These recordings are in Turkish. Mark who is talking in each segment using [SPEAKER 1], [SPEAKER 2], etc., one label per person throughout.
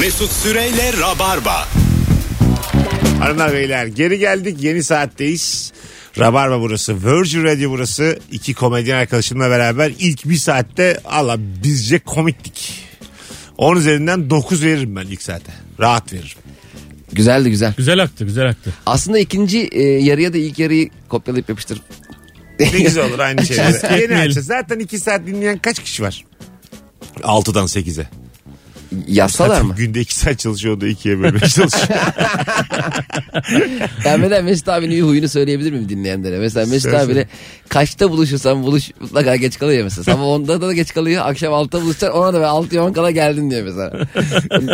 [SPEAKER 1] Mesut Süreyle Rabarba.
[SPEAKER 2] Hanımlar beyler geri geldik yeni saatteyiz. Rabarba burası. Virgin Radio burası. İki komedyen arkadaşımla beraber ilk bir saatte Allah bizce komiktik. 10 üzerinden 9 veririm ben ilk saate. Rahat veririm.
[SPEAKER 3] Güzeldi güzel.
[SPEAKER 4] Güzel aktı güzel aktı.
[SPEAKER 3] Aslında ikinci e, yarıya da ilk yarıyı kopyalayıp yapıştır.
[SPEAKER 2] Ne güzel olur aynı şeyleri. Yeni
[SPEAKER 4] etmeyelim.
[SPEAKER 2] açacağız. Zaten 2 saat dinleyen kaç kişi var? 6'dan 8'e.
[SPEAKER 3] Yazsalar mı?
[SPEAKER 2] Günde 2 saat çalışıyordu 2'ye bölmeye çalışıyor.
[SPEAKER 3] Gelmeden Mesut abinin iyi huyunu söyleyebilir miyim dinleyenlere? Mesela Mesut
[SPEAKER 2] Söyle, söyle.
[SPEAKER 3] abiyle kaçta buluşursan buluş mutlaka geç kalıyor ya mesela. Sabah 10'da da geç kalıyor. Akşam 6'da buluşsan ona da ben 6'ya 10 kala geldin diyor mesela.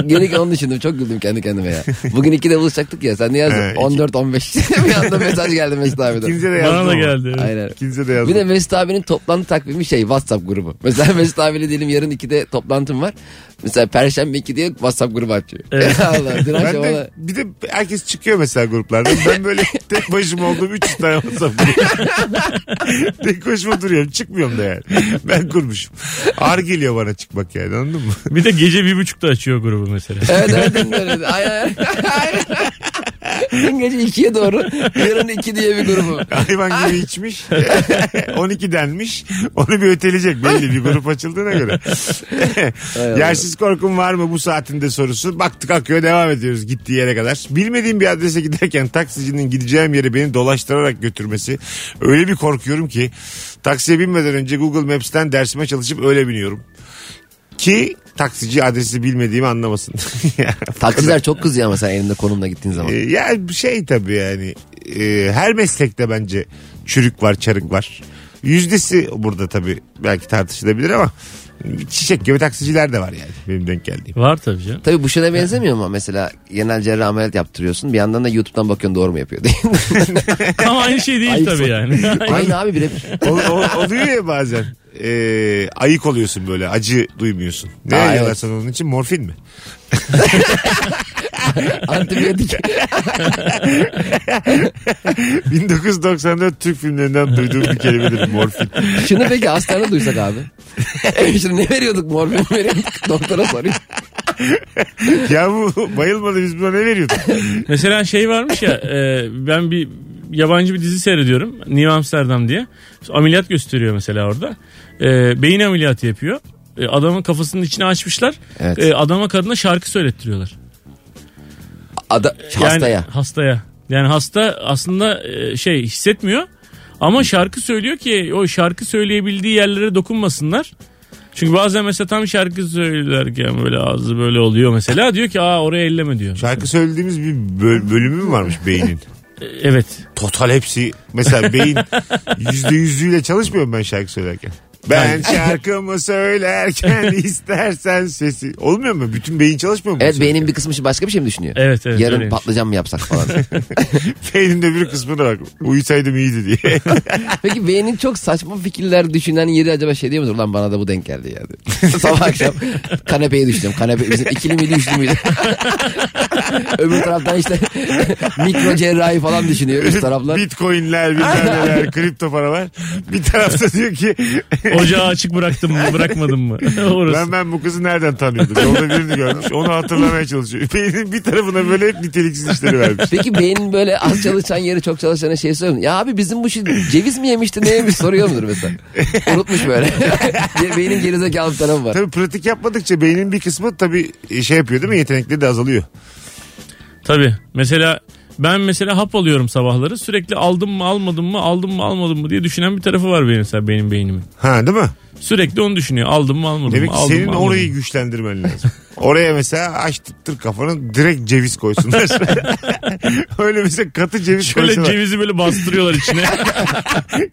[SPEAKER 3] Gelirken onu düşündüm. Çok güldüm kendi kendime ya. Bugün 2'de buluşacaktık ya. Sen ne yazdın?
[SPEAKER 2] He, iki.
[SPEAKER 3] 14-15 bir anda mesaj geldi Mesut abiden.
[SPEAKER 2] İkinize de yazdım
[SPEAKER 4] Bana da
[SPEAKER 2] ama.
[SPEAKER 4] geldi. evet.
[SPEAKER 3] Aynen.
[SPEAKER 2] İkinize de yazdım.
[SPEAKER 3] Bir de Mesut abinin toplantı takvimi şey WhatsApp grubu. Mesela Mesut abiyle diyelim yarın 2'de toplantım var. Mesela Perşembe 2 diye WhatsApp grubu açıyor. Allah, dün
[SPEAKER 2] Ben
[SPEAKER 3] akşam ona-
[SPEAKER 2] de, bir de herkes çıkıyor mesela gruplardan. Ben böyle tek başıma olduğum 300 tane WhatsApp grubu. tek başıma duruyorum. Çıkmıyorum da yani. Ben kurmuşum. Ağır geliyor bana çıkmak yani anladın mı?
[SPEAKER 4] Bir de gece bir buçukta açıyor grubu mesela.
[SPEAKER 3] Evet evet dün de öyleydi. Ay, ay. Dün gece 2'ye doğru yarın 2 diye bir grubu.
[SPEAKER 2] Hayvan gibi içmiş. 12 denmiş. Onu bir öteleyecek belli bir grup açıldığına göre. Yersiz korkum var mı bu saatinde sorusu. Baktık akıyor devam ediyoruz gittiği yere kadar. Bilmediğim bir adrese giderken taksicinin gideceğim yere beni dolaştırarak götürmesi. Öyle bir korkuyorum ki taksiye binmeden önce Google Maps'ten dersime çalışıp öyle biniyorum. Ki taksici adresi bilmediğimi anlamasın.
[SPEAKER 3] Taksiciler çok kızıyor ama sen elinde konumla gittiğin zaman.
[SPEAKER 2] Ee, Ya bir şey tabii yani e, her meslekte bence çürük var çarık var. Yüzdesi burada tabii belki tartışılabilir ama çiçek gibi taksiciler de var yani benim denk geldiğim.
[SPEAKER 4] Var tabii canım.
[SPEAKER 3] Tabii bu şuna benzemiyor mu mesela genel cerrah ameliyat yaptırıyorsun bir yandan da YouTube'dan bakıyorsun doğru mu yapıyor diye.
[SPEAKER 4] Ama aynı şey değil tabii yani.
[SPEAKER 3] Aynı abi birebir.
[SPEAKER 2] Ol- ol- oluyor ya bazen Ee, ayık oluyorsun böyle acı duymuyorsun. Ne
[SPEAKER 3] Aa,
[SPEAKER 2] yiyorlar
[SPEAKER 3] evet.
[SPEAKER 2] sana onun için morfin mi?
[SPEAKER 3] Antibiyotik.
[SPEAKER 2] 1994 Türk filmlerinden duyduğum bir kelimedir morfin.
[SPEAKER 3] Şunu peki hastanede duysak abi. E Şimdi ne veriyorduk morfin mi veriyorduk doktora soruyor.
[SPEAKER 2] ya bu bayılmadı biz buna ne veriyorduk?
[SPEAKER 4] Mesela şey varmış ya e, ben bir yabancı bir dizi seyrediyorum. New Amsterdam diye. Ameliyat gösteriyor mesela orada. E, beyin ameliyatı yapıyor. E, adamın kafasının içine açmışlar.
[SPEAKER 3] Evet.
[SPEAKER 4] E, adama kadına şarkı söylettiriyorlar.
[SPEAKER 3] Ada,
[SPEAKER 4] Yani,
[SPEAKER 3] hastaya.
[SPEAKER 4] Hastaya. Yani hasta aslında e, şey hissetmiyor. Ama şarkı söylüyor ki o şarkı söyleyebildiği yerlere dokunmasınlar. Çünkü bazen mesela tam şarkı söylerken böyle ağzı böyle oluyor mesela. Diyor ki aa oraya elleme diyor.
[SPEAKER 2] Şarkı söylediğimiz bir böl- bölümü mü varmış beynin?
[SPEAKER 4] E, Evet.
[SPEAKER 2] Total hepsi mesela beyin yüzde yüzüyle çalışmıyorum ben şarkı söylerken. Ben şarkımı söylerken istersen sesi. Olmuyor mu? Bütün beyin çalışmıyor mu?
[SPEAKER 3] Evet
[SPEAKER 2] Mesela?
[SPEAKER 3] beynin bir kısmı şimdi başka bir şey mi düşünüyor?
[SPEAKER 4] Evet, evet,
[SPEAKER 3] Yarın
[SPEAKER 4] öyleymiş.
[SPEAKER 3] patlıcan mı yapsak falan.
[SPEAKER 2] Beynin de bir kısmına bak. Uyusaydım iyiydi diye.
[SPEAKER 3] Peki beynin çok saçma fikirler düşünen yeri acaba şey diyor mudur? Lan bana da bu denk geldi ya. diyor. Sabah akşam kanepeye düştüm. Kanepe bizim ikili miydi üçlü müydü? Öbür taraftan işte mikro cerrahi falan düşünüyor üst taraflar.
[SPEAKER 2] Bitcoinler, bilmem neler, kripto paralar. Bir tarafta diyor ki
[SPEAKER 4] Ocağı açık bıraktım mı bırakmadım mı? Orası.
[SPEAKER 2] ben ben bu kızı nereden tanıyordum? Yolda birini görmüş. Onu hatırlamaya çalışıyor. Beynin bir tarafına böyle hep niteliksiz işleri vermiş.
[SPEAKER 3] Peki beynin böyle az çalışan yeri çok çalışana şey söylüyor mu? Ya abi bizim bu şey ceviz mi yemişti ne yemiş soruyor mudur mesela? Unutmuş böyle. beynin gerizekalı bir tarafı var.
[SPEAKER 2] Tabii pratik yapmadıkça beynin bir kısmı tabii şey yapıyor değil mi? Yetenekleri de azalıyor.
[SPEAKER 4] Tabii. Mesela ben mesela hap alıyorum sabahları. Sürekli aldım mı almadım mı aldım mı almadım mı diye düşünen bir tarafı var benim mesela benim beynimin.
[SPEAKER 2] Ha değil mi?
[SPEAKER 4] Sürekli onu düşünüyor. Aldım mı almadım
[SPEAKER 2] Demek
[SPEAKER 4] mı
[SPEAKER 2] ki
[SPEAKER 4] aldım
[SPEAKER 2] senin
[SPEAKER 4] mı almadım
[SPEAKER 2] orayı
[SPEAKER 4] mı?
[SPEAKER 2] güçlendirmen lazım. Oraya mesela açtır kafanı direkt ceviz koysunlar. Öyle mesela katı ceviz
[SPEAKER 4] Böyle
[SPEAKER 2] koysalar.
[SPEAKER 4] cevizi böyle bastırıyorlar içine.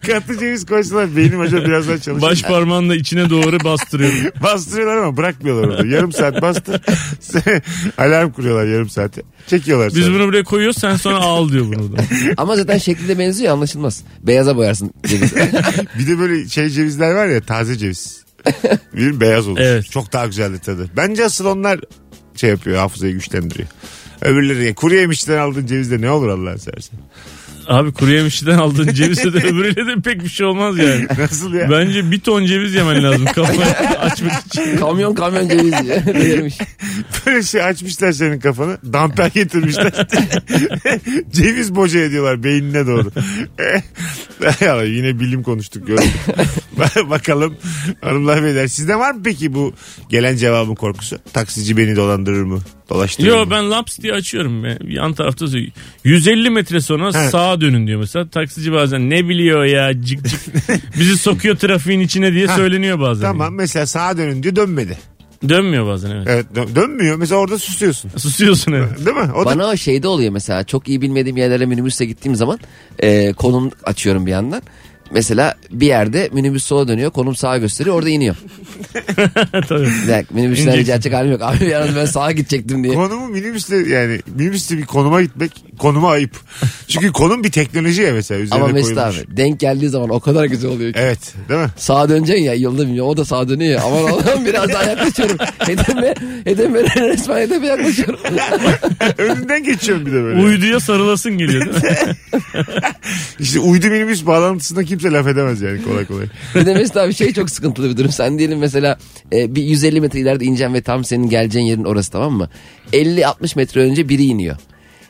[SPEAKER 2] Katı ceviz koysalar beynim acaba biraz daha çalışır.
[SPEAKER 4] Baş parmağınla içine doğru bastırıyor.
[SPEAKER 2] Bastırıyorlar ama bırakmıyorlar orada. Yarım saat bastır. Alarm kuruyorlar yarım saate. Çekiyorlar
[SPEAKER 4] Biz
[SPEAKER 2] sonra.
[SPEAKER 4] bunu buraya koyuyoruz sen sonra al diyor bunu da.
[SPEAKER 3] Ama zaten şekli de benziyor anlaşılmaz. Beyaza boyarsın cevizi.
[SPEAKER 2] Bir de böyle şey cevizler var ya taze ceviz. Bir beyaz olur.
[SPEAKER 4] Evet.
[SPEAKER 2] Çok daha güzeldir tadı. Bence asıl onlar şey yapıyor hafızayı güçlendiriyor. Öbürleri kuru yemişten aldığın cevizde ne olur Allah'ın seversen.
[SPEAKER 4] Abi kuru yemişçiden aldığın cevizle de öbürüyle de pek bir şey olmaz yani.
[SPEAKER 2] Nasıl ya?
[SPEAKER 4] Bence bir ton ceviz yemen lazım kafayı açmak için.
[SPEAKER 3] Kamyon kamyon ceviz verirmiş.
[SPEAKER 2] Böyle şey açmışlar senin kafanı. Damper getirmişler. Ceviz boca ediyorlar beynine doğru. ya yine bilim konuştuk gördük. Bakalım hanımlar beyler sizde var mı peki bu gelen cevabın korkusu? Taksici beni dolandırır mı? Dolaştırır
[SPEAKER 4] Yo
[SPEAKER 2] mı?
[SPEAKER 4] ben laps diye açıyorum. ya. Yan tarafta sö- 150 metre sonra
[SPEAKER 2] Evet.
[SPEAKER 4] sağa dönün diyor mesela. Taksici bazen ne biliyor ya cık cık. Bizi sokuyor trafiğin içine diye söyleniyor bazen.
[SPEAKER 2] Tamam mesela sağa dönün diyor dönmedi.
[SPEAKER 4] Dönmüyor bazen evet.
[SPEAKER 2] Evet dö- dönmüyor. Mesela orada susuyorsun.
[SPEAKER 4] Susuyorsun evet.
[SPEAKER 2] Değil mi? O da
[SPEAKER 3] Bana o şeyde oluyor mesela çok iyi bilmediğim yerlere minibüsle gittiğim zaman e, konum açıyorum bir yandan. Mesela bir yerde minibüs sola dönüyor konum sağa gösteriyor orada iniyor.
[SPEAKER 4] Tabii.
[SPEAKER 3] Bir dakika minibüsten
[SPEAKER 4] İneceksin.
[SPEAKER 3] rica edecek halim yok. Abi yalnız ben sağa gidecektim diye.
[SPEAKER 2] konumu minibüsle yani minibüsle bir konuma gitmek konuma ayıp. Çünkü konum bir teknoloji ya mesela üzerine
[SPEAKER 3] Ama Mesut
[SPEAKER 2] koyulmuş.
[SPEAKER 3] abi denk geldiği zaman o kadar güzel oluyor ki.
[SPEAKER 2] Evet değil mi?
[SPEAKER 3] Sağa döneceksin ya yolda bilmiyor. O da sağa dönüyor ya. Aman Allah'ım biraz daha yaklaşıyorum. Hedefe, hedefe resmen hedefe yaklaşıyorum.
[SPEAKER 2] Önünden geçiyorum bir de böyle.
[SPEAKER 4] Uyduya sarılasın geliyor değil mi?
[SPEAKER 2] İşte uydu minibüs bağlantısında kimse laf edemez yani kolay kolay.
[SPEAKER 3] bir de Mesut abi şey çok sıkıntılı bir durum. Sen diyelim mesela e, bir 150 metre ileride ineceksin ve tam senin geleceğin yerin orası tamam mı? 50-60 metre önce biri iniyor.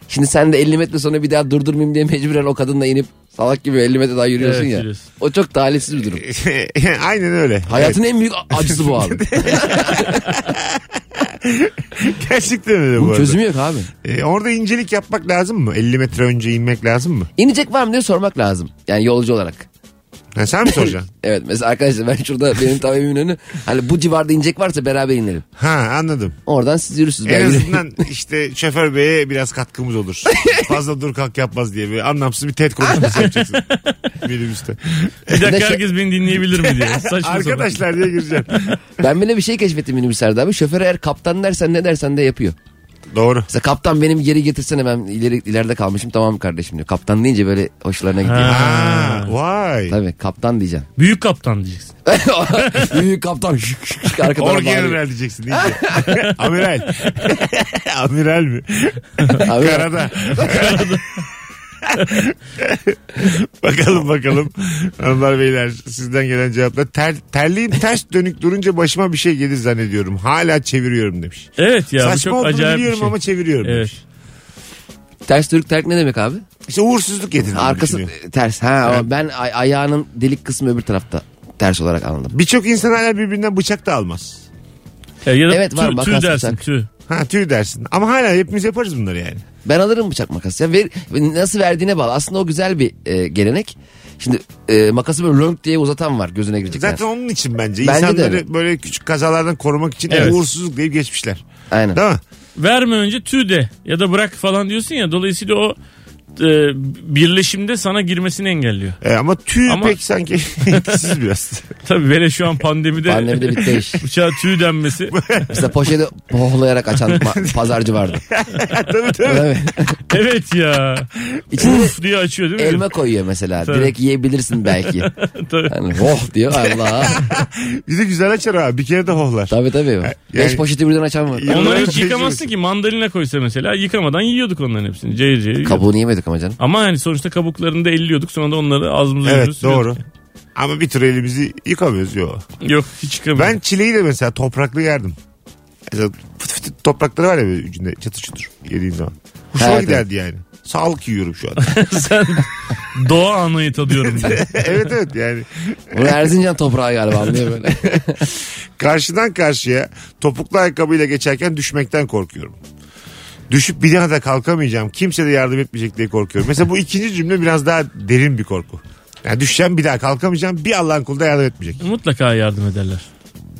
[SPEAKER 3] Şimdi sen de 50 metre sonra bir daha durdurmayayım diye mecburen o kadınla inip salak gibi 50 metre daha yürüyorsun
[SPEAKER 4] Evet,
[SPEAKER 3] ya.
[SPEAKER 4] yürüyorsun.
[SPEAKER 3] O çok talihsiz bir durum.
[SPEAKER 2] Aynen öyle.
[SPEAKER 3] Hayatın en büyük a- acısı bu abi.
[SPEAKER 2] Evet, gerçekten öyle bu
[SPEAKER 3] Bunun
[SPEAKER 2] arada.
[SPEAKER 3] çözümü yok abi.
[SPEAKER 2] Ee, orada incelik yapmak lazım mı? 50 metre önce inmek lazım mı?
[SPEAKER 3] İnecek var mı diye sormak lazım. Yani yolcu olarak.
[SPEAKER 2] Ha, sen mi soracaksın?
[SPEAKER 3] Evet mesela arkadaşlar ben şurada benim tam evimin önü. Hani bu civarda inecek varsa beraber inelim.
[SPEAKER 2] ha anladım.
[SPEAKER 3] Oradan siz yürürsünüz. Ben
[SPEAKER 2] En
[SPEAKER 3] yürüyeyim.
[SPEAKER 2] azından işte şoför beye biraz katkımız olur. Fazla dur kalk yapmaz diye bir anlamsız bir TED konuşması yapacaksın. Minibüste.
[SPEAKER 4] Bir
[SPEAKER 3] Ne
[SPEAKER 4] dakika
[SPEAKER 3] şey-
[SPEAKER 4] herkes beni dinleyebilir mi diye. Saçma Arkadaşlar.
[SPEAKER 2] Arkadaşlar diye gireceksin.
[SPEAKER 3] Ben bile bir şey keşfettim minibüslerde abi. Şoför eğer kaptan dersen ne dersen de yapıyor.
[SPEAKER 2] Doğru.
[SPEAKER 3] Mesela kaptan benim geri getirsene ben ileri, ileride kalmışım tamam kardeşim diyor. Kaptan deyince böyle hoşlarına gidiyor.
[SPEAKER 4] Ha.
[SPEAKER 2] Ha, vay.
[SPEAKER 3] Tabii kaptan diyeceksin.
[SPEAKER 4] Büyük kaptan diyeceksin.
[SPEAKER 3] Büyük kaptan şık şık şık arkadan bağırıyor.
[SPEAKER 2] Orgeneral diyeceksin iyice. Amiral. Amiral mi?
[SPEAKER 3] Abi,
[SPEAKER 2] Karada. bakalım bakalım. Hanımlar beyler sizden gelen cevaplar. Ter, terliğim ters dönük durunca başıma bir şey gelir zannediyorum. Hala çeviriyorum demiş.
[SPEAKER 4] Evet ya
[SPEAKER 2] Saçma
[SPEAKER 4] bu çok
[SPEAKER 2] olduğunu
[SPEAKER 4] acayip bir
[SPEAKER 2] biliyorum
[SPEAKER 4] şey.
[SPEAKER 2] ama çeviriyorum
[SPEAKER 4] Evet.
[SPEAKER 2] demiş.
[SPEAKER 3] ters dürük terk ne demek abi?
[SPEAKER 2] İşte uğursuzluk getirdim.
[SPEAKER 3] Arkası ters. Ha, ama ben ay- ayağının delik kısmı öbür tarafta ters olarak anladım.
[SPEAKER 2] Birçok insan hala birbirinden bıçak da almaz.
[SPEAKER 4] Ya, E, ya da
[SPEAKER 3] Evet, var,
[SPEAKER 4] tüy- tüy,
[SPEAKER 3] makas
[SPEAKER 4] dersin
[SPEAKER 3] bıçak.
[SPEAKER 4] tüy.
[SPEAKER 2] Ha tüy dersin. Ama hala hepimiz yaparız bunları yani.
[SPEAKER 3] Ben alırım bıçak makas. Ya ver, nasıl verdiğine bağlı. Aslında o güzel bir e, gelenek. Şimdi e, makası böyle lönk diye uzatan var gözüne girecek.
[SPEAKER 2] Zaten onun için bence,
[SPEAKER 3] Bence de
[SPEAKER 2] insanları
[SPEAKER 3] öyle.
[SPEAKER 2] böyle küçük kazalardan korumak için
[SPEAKER 4] Evet.
[SPEAKER 2] uğursuzluk deyip geçmişler.
[SPEAKER 3] Aynen.
[SPEAKER 2] Değil mi?
[SPEAKER 4] Verme önce tüy de ya da bırak falan diyorsun ya. Dolayısıyla o e, birleşimde sana girmesini engelliyor.
[SPEAKER 2] E, ama tüy
[SPEAKER 4] Ama-
[SPEAKER 2] pek sanki etkisiz biraz.
[SPEAKER 4] Tabii böyle şu an pandemide,
[SPEAKER 3] Pandemide bitti iş.
[SPEAKER 4] bıçağa tüy denmesi.
[SPEAKER 3] Mesela poşeti poholayarak açan ma- pazarcı vardı.
[SPEAKER 2] tabii tabii.
[SPEAKER 3] Değil mi?
[SPEAKER 4] evet ya.
[SPEAKER 3] İçine
[SPEAKER 4] Uf diye açıyor değil mi?
[SPEAKER 3] elma koyuyor mesela.
[SPEAKER 4] Tabii.
[SPEAKER 3] Direkt yiyebilirsin belki.
[SPEAKER 4] Tabii.
[SPEAKER 3] Hani oh diyor Allah.
[SPEAKER 2] Bir de güzel açar ha. Bir kere de hohlar.
[SPEAKER 3] tabii tabii. Beş poşeti birden açan var.
[SPEAKER 2] Ya-
[SPEAKER 4] Onları hiç
[SPEAKER 2] Yıllarca
[SPEAKER 4] yıkamazsın
[SPEAKER 2] tecrübesi.
[SPEAKER 4] ki mandalina koysa mesela yıkamadan yiyorduk onların hepsini. Cayır cayır yiyorduk.
[SPEAKER 3] Kabuğunu yemedik ama canım.
[SPEAKER 4] Ama yani sonuçta kabuklarını da elliyorduk sonra da onları ağzımıza
[SPEAKER 2] Evet
[SPEAKER 4] yürüyoruz,
[SPEAKER 2] doğru.
[SPEAKER 4] yiyorduk.
[SPEAKER 2] Ama bir tür elimizi yıkamıyoruz yo.
[SPEAKER 4] Yok hiç yıkamıyorum.
[SPEAKER 2] Ben çileği de mesela topraklı yerdim. Mesela fıt fıt toprakları var ya böyle ucunda çatır çutur yediğim zaman. Hoşuma
[SPEAKER 3] Evet,
[SPEAKER 2] giderdi yani. Sağlık yiyorum şu an.
[SPEAKER 4] Sen doğa anıyı tadıyorum. diye.
[SPEAKER 2] evet evet yani.
[SPEAKER 3] Bu Erzincan toprağı galiba anlıyor böyle.
[SPEAKER 2] Karşıdan karşıya topuklu ayakkabıyla geçerken düşmekten korkuyorum. Düşüp bir daha da kalkamayacağım. Kimse de yardım etmeyecek diye korkuyorum. Mesela bu ikinci cümle biraz daha derin bir korku. Yani düşeceğim bir daha kalkamayacağım. Bir Allah'ın kulu da yardım etmeyecek.
[SPEAKER 4] Mutlaka yardım ederler.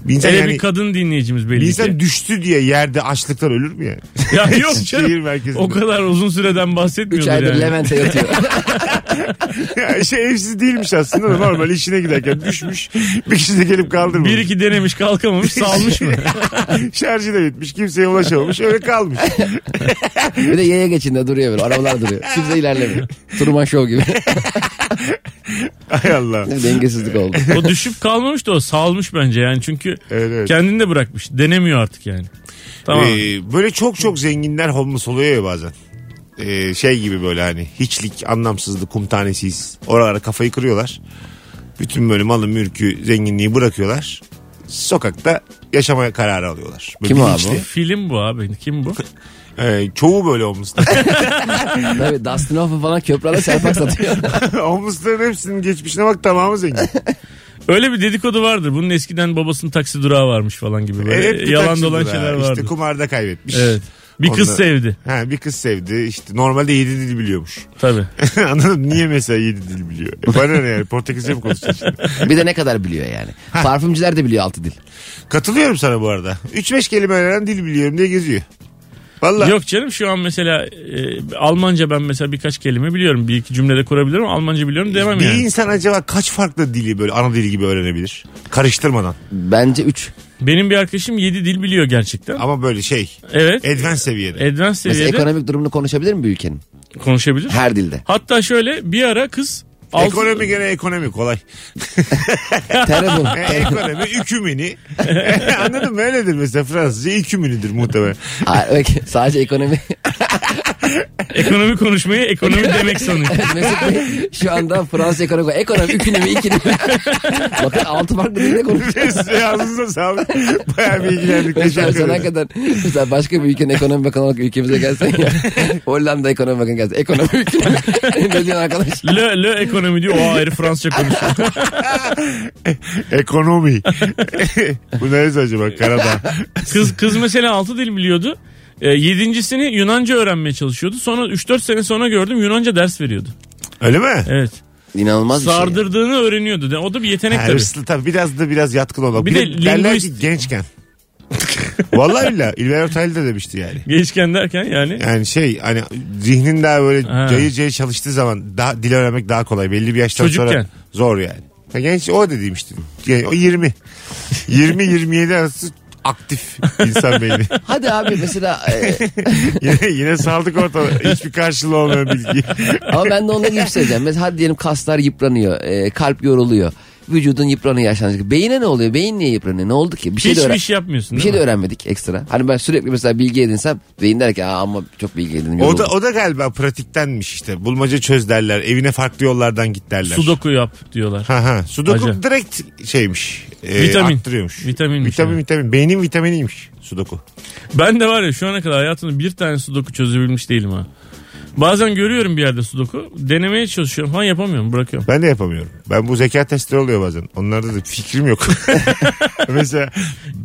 [SPEAKER 2] Bir insan,
[SPEAKER 4] Hele
[SPEAKER 2] yani,
[SPEAKER 4] bir kadın dinleyicimiz belli
[SPEAKER 2] bir
[SPEAKER 4] ki.
[SPEAKER 2] insan düştü diye yerde açlıktan ölür mü yani?
[SPEAKER 4] Ya yok
[SPEAKER 2] Şehir
[SPEAKER 4] canım.
[SPEAKER 2] merkezinde.
[SPEAKER 4] O kadar uzun süreden bahsetmiyordur
[SPEAKER 3] Üç aydır
[SPEAKER 4] yani.
[SPEAKER 3] Levent'e yatıyor.
[SPEAKER 2] Ya şey evsiz değilmiş aslında da normal işine giderken düşmüş. Bir kişi de gelip kaldırmamış.
[SPEAKER 4] Bir iki denemiş kalkamamış salmış mı?
[SPEAKER 2] Şarjı da bitmiş. Kimseye ulaşamamış. Öyle kalmış.
[SPEAKER 3] bir de yaya geçinde duruyor böyle. Arabalar duruyor. Kimse ilerlemiyor. Truman Show gibi.
[SPEAKER 2] Hay Allah.
[SPEAKER 3] Dengesizlik oldu.
[SPEAKER 4] o düşüp kalmamış da o salmış bence yani çünkü
[SPEAKER 2] Evet, evet.
[SPEAKER 4] kendini de bırakmış. Denemiyor artık yani. Tamam.
[SPEAKER 2] Ee, böyle çok çok zenginler homeless oluyor ya bazen. e, şey gibi böyle hani hiçlik, anlamsızlık, kum tanesiyiz. Oralara kafayı kırıyorlar. Bütün böyle malı, mülkü, zenginliği bırakıyorlar. Sokakta yaşamaya kararı alıyorlar. Böyle
[SPEAKER 3] Kim abi
[SPEAKER 2] bilinçli.
[SPEAKER 3] o?
[SPEAKER 4] Film bu abi. Kim bu?
[SPEAKER 2] E, çoğu böyle olmuşlar.
[SPEAKER 3] Tabii Dustin Hoffman falan köprüde serpak satıyor.
[SPEAKER 2] Homeless'ların hepsinin geçmişine bak tamamı zengin.
[SPEAKER 4] Öyle bir dedikodu vardır. Bunun eskiden babasının taksi durağı varmış falan gibi. Böyle
[SPEAKER 2] Evet, bir
[SPEAKER 4] yalan
[SPEAKER 2] taksi
[SPEAKER 4] dolan
[SPEAKER 2] durağı.
[SPEAKER 4] şeyler
[SPEAKER 2] İşte
[SPEAKER 4] vardı.
[SPEAKER 2] kumarda kaybetmiş.
[SPEAKER 4] Evet. Bir kız
[SPEAKER 2] Onda-
[SPEAKER 4] sevdi.
[SPEAKER 2] Ha, bir kız sevdi. İşte normalde yedi dil biliyormuş.
[SPEAKER 4] Tabii.
[SPEAKER 2] Anladın mı? Niye mesela yedi dil biliyor? E Bana ne yani? Portekizce mi konuşacaksın?
[SPEAKER 3] bir de ne kadar biliyor yani. Parfümcüler de biliyor altı dil.
[SPEAKER 2] Katılıyorum sana bu arada. 3-5 kelime öğrenen dil biliyorum diye geziyor. Valla
[SPEAKER 4] Yok canım şu an mesela e, Almanca ben mesela birkaç kelime biliyorum. Bir iki cümlede kurabilirim. Almanca biliyorum demem
[SPEAKER 2] bir
[SPEAKER 4] yani.
[SPEAKER 2] insan acaba kaç farklı dili böyle ana dili gibi öğrenebilir? Karıştırmadan.
[SPEAKER 3] Bence 3.
[SPEAKER 4] Benim bir arkadaşım 7 dil biliyor gerçekten.
[SPEAKER 2] Ama böyle şey.
[SPEAKER 4] Evet.
[SPEAKER 2] Advanced seviyede.
[SPEAKER 4] Advanced
[SPEAKER 3] Mesela
[SPEAKER 4] seviyede
[SPEAKER 3] ekonomik durumunu konuşabilir mi bir ülkenin?
[SPEAKER 4] konuşabilir.
[SPEAKER 3] Her dilde.
[SPEAKER 4] Hatta şöyle bir ara kız altı-
[SPEAKER 2] Ekonomi gene ekonomi kolay. E,
[SPEAKER 3] Terrible.
[SPEAKER 2] ekonomi ükümini. Anladın mı? Öyledir mesela Fransızca iküminidir muhtemelen.
[SPEAKER 3] Hayır, öyle- sadece ekonomi.
[SPEAKER 4] ekonomi konuşmayı ekonomi demek sanıyor.
[SPEAKER 3] Mesut Bey şu anda Fransa ekonomi. Ekonomi, ekonomi, ekonomi. Bakın altı farklı dilde konuşuyor.
[SPEAKER 2] Size ağzınıza sağlık. Bayağı bir ilgilendik.
[SPEAKER 3] Mesela
[SPEAKER 2] Teşekkür
[SPEAKER 3] sana
[SPEAKER 2] ederim.
[SPEAKER 3] kadar mesela başka bir ülkenin ekonomi bakanı olarak ülkemize gelsen ya. Hollanda ekonomi bakanı gelse. Ekonomi, ekonomi. ne diyorsun arkadaş?
[SPEAKER 4] Le, le ekonomi diyor. O ayrı Fransızca konuşuyor.
[SPEAKER 2] Ekonomi. Bu neresi acaba? Karadağ.
[SPEAKER 4] Kız kız mesela 6 dil biliyordu. E, yedincisini Yunanca öğrenmeye çalışıyordu. Sonra 3-4 sene sonra gördüm Yunanca ders veriyordu.
[SPEAKER 2] Öyle mi?
[SPEAKER 4] Evet.
[SPEAKER 3] İnanılmaz bir şey. ya.
[SPEAKER 4] Sardırdığını öğreniyordu. De- O da bir yetenek
[SPEAKER 2] Ha,
[SPEAKER 4] tabii.
[SPEAKER 2] hırslı tabii biraz da biraz yatkın olalım.
[SPEAKER 4] Bir
[SPEAKER 2] Bir,
[SPEAKER 4] de
[SPEAKER 2] de, derler ki
[SPEAKER 4] linguist-
[SPEAKER 2] gençken. Vallahi billahi İlber Ortaylı da demişti yani.
[SPEAKER 4] Geçken derken yani.
[SPEAKER 2] Yani şey hani zihnin daha böyle
[SPEAKER 4] Ha.
[SPEAKER 2] cayır cayır çalıştığı zaman daha dil öğrenmek daha kolay. Belli bir yaştan sonra
[SPEAKER 4] Çocukken.
[SPEAKER 2] zor yani. Ha, genç o dediğim işte. Yani o 20. 20 27 arası aktif insan beyni.
[SPEAKER 3] Hadi abi mesela e,
[SPEAKER 2] yine, yine saldık ortada. Hiçbir karşılığı olmayan bilgi.
[SPEAKER 3] ama ben de ondan yükseleceğim. Mesela hadi diyelim kaslar yıpranıyor. e, kalp yoruluyor. Vücudun yıpranıyor yaşlanacak. Beyine ne oluyor? Beyin niye yıpranıyor? Ne oldu ki? Bir şey de
[SPEAKER 4] Hiçbir
[SPEAKER 3] öğren-
[SPEAKER 4] şey yapmıyorsun
[SPEAKER 3] Bir şey
[SPEAKER 4] değil
[SPEAKER 3] de
[SPEAKER 4] mi?
[SPEAKER 3] öğrenmedik ekstra. Hani ben sürekli mesela bilgi edinsem beyin der ki Aa, ama çok bilgi edindim.
[SPEAKER 2] O
[SPEAKER 3] yoruldum."
[SPEAKER 2] da, o da galiba pratiktenmiş işte. Bulmaca çöz derler. Evine farklı yollardan git derler.
[SPEAKER 4] Sudoku yap diyorlar.
[SPEAKER 2] Ha ha. Sudoku
[SPEAKER 4] Hacı.
[SPEAKER 2] direkt şeymiş. E,
[SPEAKER 4] Vitamin.
[SPEAKER 2] Arttırıyormuş.
[SPEAKER 4] Vitaminmiş
[SPEAKER 2] Vitamin
[SPEAKER 4] yani.
[SPEAKER 2] vitamin. Beynin vitaminiymiş Sudoku.
[SPEAKER 4] Ben de var ya şu ana kadar hayatımda bir tane sudoku çözebilmiş değilim ha. Bazen görüyorum bir yerde sudoku. Denemeye çalışıyorum falan yapamıyorum bırakıyorum.
[SPEAKER 2] Ben de yapamıyorum. Ben bu zeka testleri oluyor bazen. Onlarda da fikrim yok. Mesela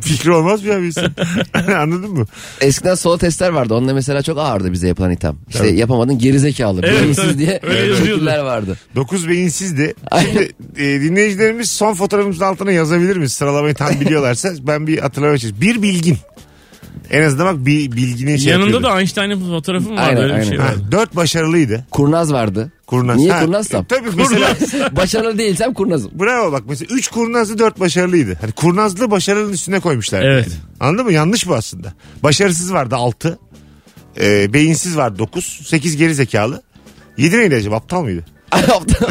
[SPEAKER 2] fikri olmaz mı ya bir insan? Anladın mı?
[SPEAKER 3] Eskiden sola testler vardı. Onunla mesela çok ağırdı bize yapılan itham. İşte yapamadın gerizekalı,
[SPEAKER 4] Evet,
[SPEAKER 3] beyinsiz
[SPEAKER 4] tabii.
[SPEAKER 3] diye
[SPEAKER 4] Öyle
[SPEAKER 3] şekiller
[SPEAKER 4] yazıyordu.
[SPEAKER 3] vardı.
[SPEAKER 2] Dokuz beyinsizdi. Şimdi e, dinleyicilerimiz son fotoğrafımızın altına yazabilir mi? Sıralamayı tam biliyorlarsa ben bir hatırlamaya çalışayım. Bir bilgin. En azından bak bir bilginin şey
[SPEAKER 4] Yanında
[SPEAKER 2] yapıyordu.
[SPEAKER 4] da Einstein'ın fotoğrafı mı var
[SPEAKER 3] Aynen,
[SPEAKER 4] böyle bir şey
[SPEAKER 3] aynen.
[SPEAKER 4] var.
[SPEAKER 2] Ha, dört başarılıydı.
[SPEAKER 3] Kurnaz vardı.
[SPEAKER 2] Kurnaz.
[SPEAKER 3] Niye
[SPEAKER 2] Ha,
[SPEAKER 3] kurnazsam?
[SPEAKER 2] e, Tabii mesela
[SPEAKER 3] Başarılı değilsem kurnazım.
[SPEAKER 2] Bravo bak mesela 3 kurnazlı 4 başarılıydı. Hani kurnazlı başarılının üstüne koymuşlar.
[SPEAKER 4] Evet.
[SPEAKER 2] Anladın mı? Yanlış bu aslında. Başarısız vardı 6. Ee, beyinsiz var 9. 8 geri zekalı. 7 neydi acaba? Aptal mıydı?
[SPEAKER 3] Aptal.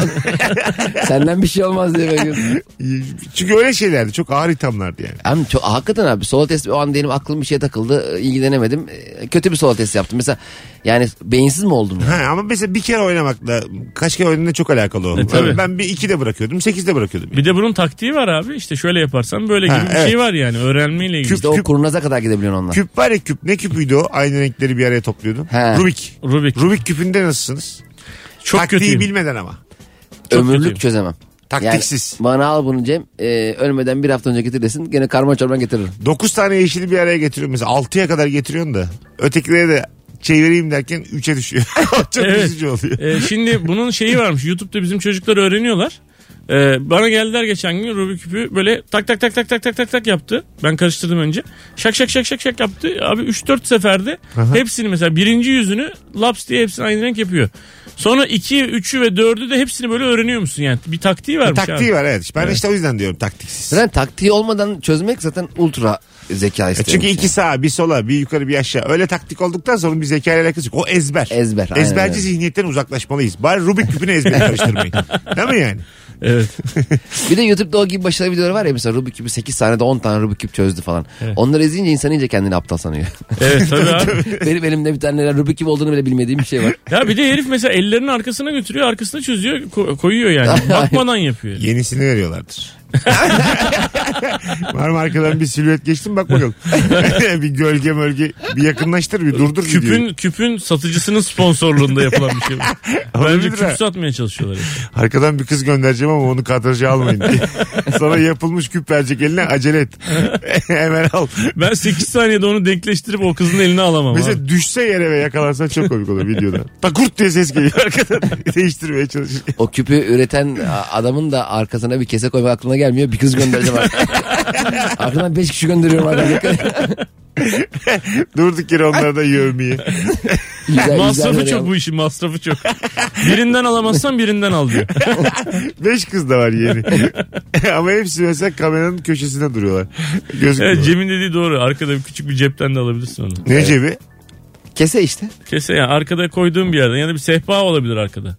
[SPEAKER 3] Senden bir şey olmaz diye bekliyorum.
[SPEAKER 2] E, Çünkü öyle şeylerdi. Çok ağır ithamlardı yani.
[SPEAKER 3] Abi çok, hakikaten abi sola testi o an diyelim aklım bir şeye takıldı ilgilenemedim. E, Kötü bir sola testi yaptım. Mesela yani beyinsiz mi oldum?
[SPEAKER 2] Ha, ama mesela bir kere oynamakla kaç kere oynadığında çok alakalı oldu.
[SPEAKER 4] E, tabii.
[SPEAKER 2] ben bir 2 de bırakıyordum 8 de bırakıyordum.
[SPEAKER 4] Bir de bunun taktiği var abi. İşte şöyle yaparsan böyle gibi
[SPEAKER 2] Ha,
[SPEAKER 4] bir
[SPEAKER 2] evet.
[SPEAKER 4] şey var yani. Öğrenmeyle ilgili.
[SPEAKER 3] İşte o kurnaza kadar gidebiliyorsun onlar.
[SPEAKER 2] Küp var ya küp. Ne küpüydü o? Aynı renkleri bir araya topluyordun.
[SPEAKER 3] He.
[SPEAKER 2] Rubik.
[SPEAKER 4] Rubik.
[SPEAKER 2] Rubik küpünde nasılsınız?
[SPEAKER 4] Çok
[SPEAKER 2] Taktiği
[SPEAKER 4] kötüyüm.
[SPEAKER 2] bilmeden ama.
[SPEAKER 4] çok
[SPEAKER 3] Ömürlük
[SPEAKER 4] kötüyüm.
[SPEAKER 3] çözemem.
[SPEAKER 2] Taktiksiz.
[SPEAKER 3] Yani bana al bunu Cem. e, ölmeden bir hafta önce getirdesin. Gene karma çorba getiririm.
[SPEAKER 2] 9 tane yeşili bir araya getiriyorum. Mesela 6'ya kadar getiriyorsun da ötekilere de çevireyim derken 3'e düşüyor. O Çok
[SPEAKER 4] Evet.
[SPEAKER 2] üzücü oluyor.
[SPEAKER 4] Ee, şimdi bunun şeyi varmış. YouTube'da bizim çocuklar öğreniyorlar. Ee, bana geldiler geçen gün Rubik küpü böyle tak tak tak tak tak tak tak tak yaptı. Ben karıştırdım önce. Şak şak şak şak şak yaptı. Abi 3-4 seferde hepsini mesela birinci yüzünü laps diye hepsini aynı renk yapıyor. Sonra 2, 3'ü ve 4'ü de hepsini böyle öğreniyor musun yani? Bir taktiği varmış
[SPEAKER 2] Taktiği
[SPEAKER 4] abi.
[SPEAKER 2] var evet. Ben işte o yüzden diyorum taktiksiz.
[SPEAKER 3] Zaten taktiği olmadan çözmek zaten ultra zeka isteyen.
[SPEAKER 2] E, Çünkü
[SPEAKER 3] bir şey.
[SPEAKER 2] iki sağa bir sola bir yukarı bir aşağı öyle taktik olduktan sonra bir zeka ile alakası yok. O ezber.
[SPEAKER 3] Ezber, aynen
[SPEAKER 2] Ezberci
[SPEAKER 3] öyle.
[SPEAKER 2] zihniyetten uzaklaşmalıyız. Bari Rubik küpüne ezberi karıştırmayın. Değil mi yani?
[SPEAKER 4] Evet.
[SPEAKER 3] Bir de YouTube'da o gibi başarılı videoları var ya mesela Rubik küpü 8 saniyede 10 tane Rubik küp çözdü falan. Onları izleyince insan iyice kendini aptal sanıyor.
[SPEAKER 4] Evet tabii abi.
[SPEAKER 3] Benim elimde bir tane Rubik küp olduğunu bile bilmediğim bir şey var.
[SPEAKER 4] Ya bir de herif mesela ellerini arkasına götürüyor arkasına çözüyor ko- koyuyor yani. Bakmadan yapıyor.
[SPEAKER 2] Yenisini veriyorlardır. Var mı arkadan bir silüet geçtim bak bakalım. bir gölge mölge bir yakınlaştır bir durdur videoyu.
[SPEAKER 4] Küpün küpün satıcısının sponsorluğunda yapılan bir şey. bu. Bence
[SPEAKER 2] Olabilir
[SPEAKER 4] küp
[SPEAKER 2] ha.
[SPEAKER 4] satmaya çalışıyorlar.
[SPEAKER 2] Arkadan bir kız göndereceğim ama onu kadraja almayın diye. Sonra yapılmış küp verecek eline acele et. Hemen al.
[SPEAKER 4] Ben 8 saniyede onu denkleştirip o kızın eline alamam. abi.
[SPEAKER 2] Mesela düşse yere ve yakalansa çok komik olur videoda. Takurt diye ses geliyor arkadan. Değiştirmeye çalışır.
[SPEAKER 3] O küpü üreten a- adamın da arkasına bir kese koymak aklına gelmiyor. Bir kız göndereceğim abi. Arkadan 5 kişi gönderiyorum abi.
[SPEAKER 2] Durduk yere onlara da yövmeyi.
[SPEAKER 3] Güzel- şey.
[SPEAKER 4] Masrafı
[SPEAKER 3] güzel
[SPEAKER 4] çok bu işin masrafı çok. Birinden alamazsan birinden al diyor.
[SPEAKER 2] Beş kız da var yeni. Ama hepsi mesela kameranın köşesinde duruyorlar. Gözükmüyor.
[SPEAKER 4] Evet Cem'in dediği doğru. Arkada bir küçük bir cepten de alabilirsin onu.
[SPEAKER 2] ne cebi?
[SPEAKER 3] Kese işte.
[SPEAKER 4] Kese yani arkada koyduğum bir yerden ya da bir sehpa olabilir arkada.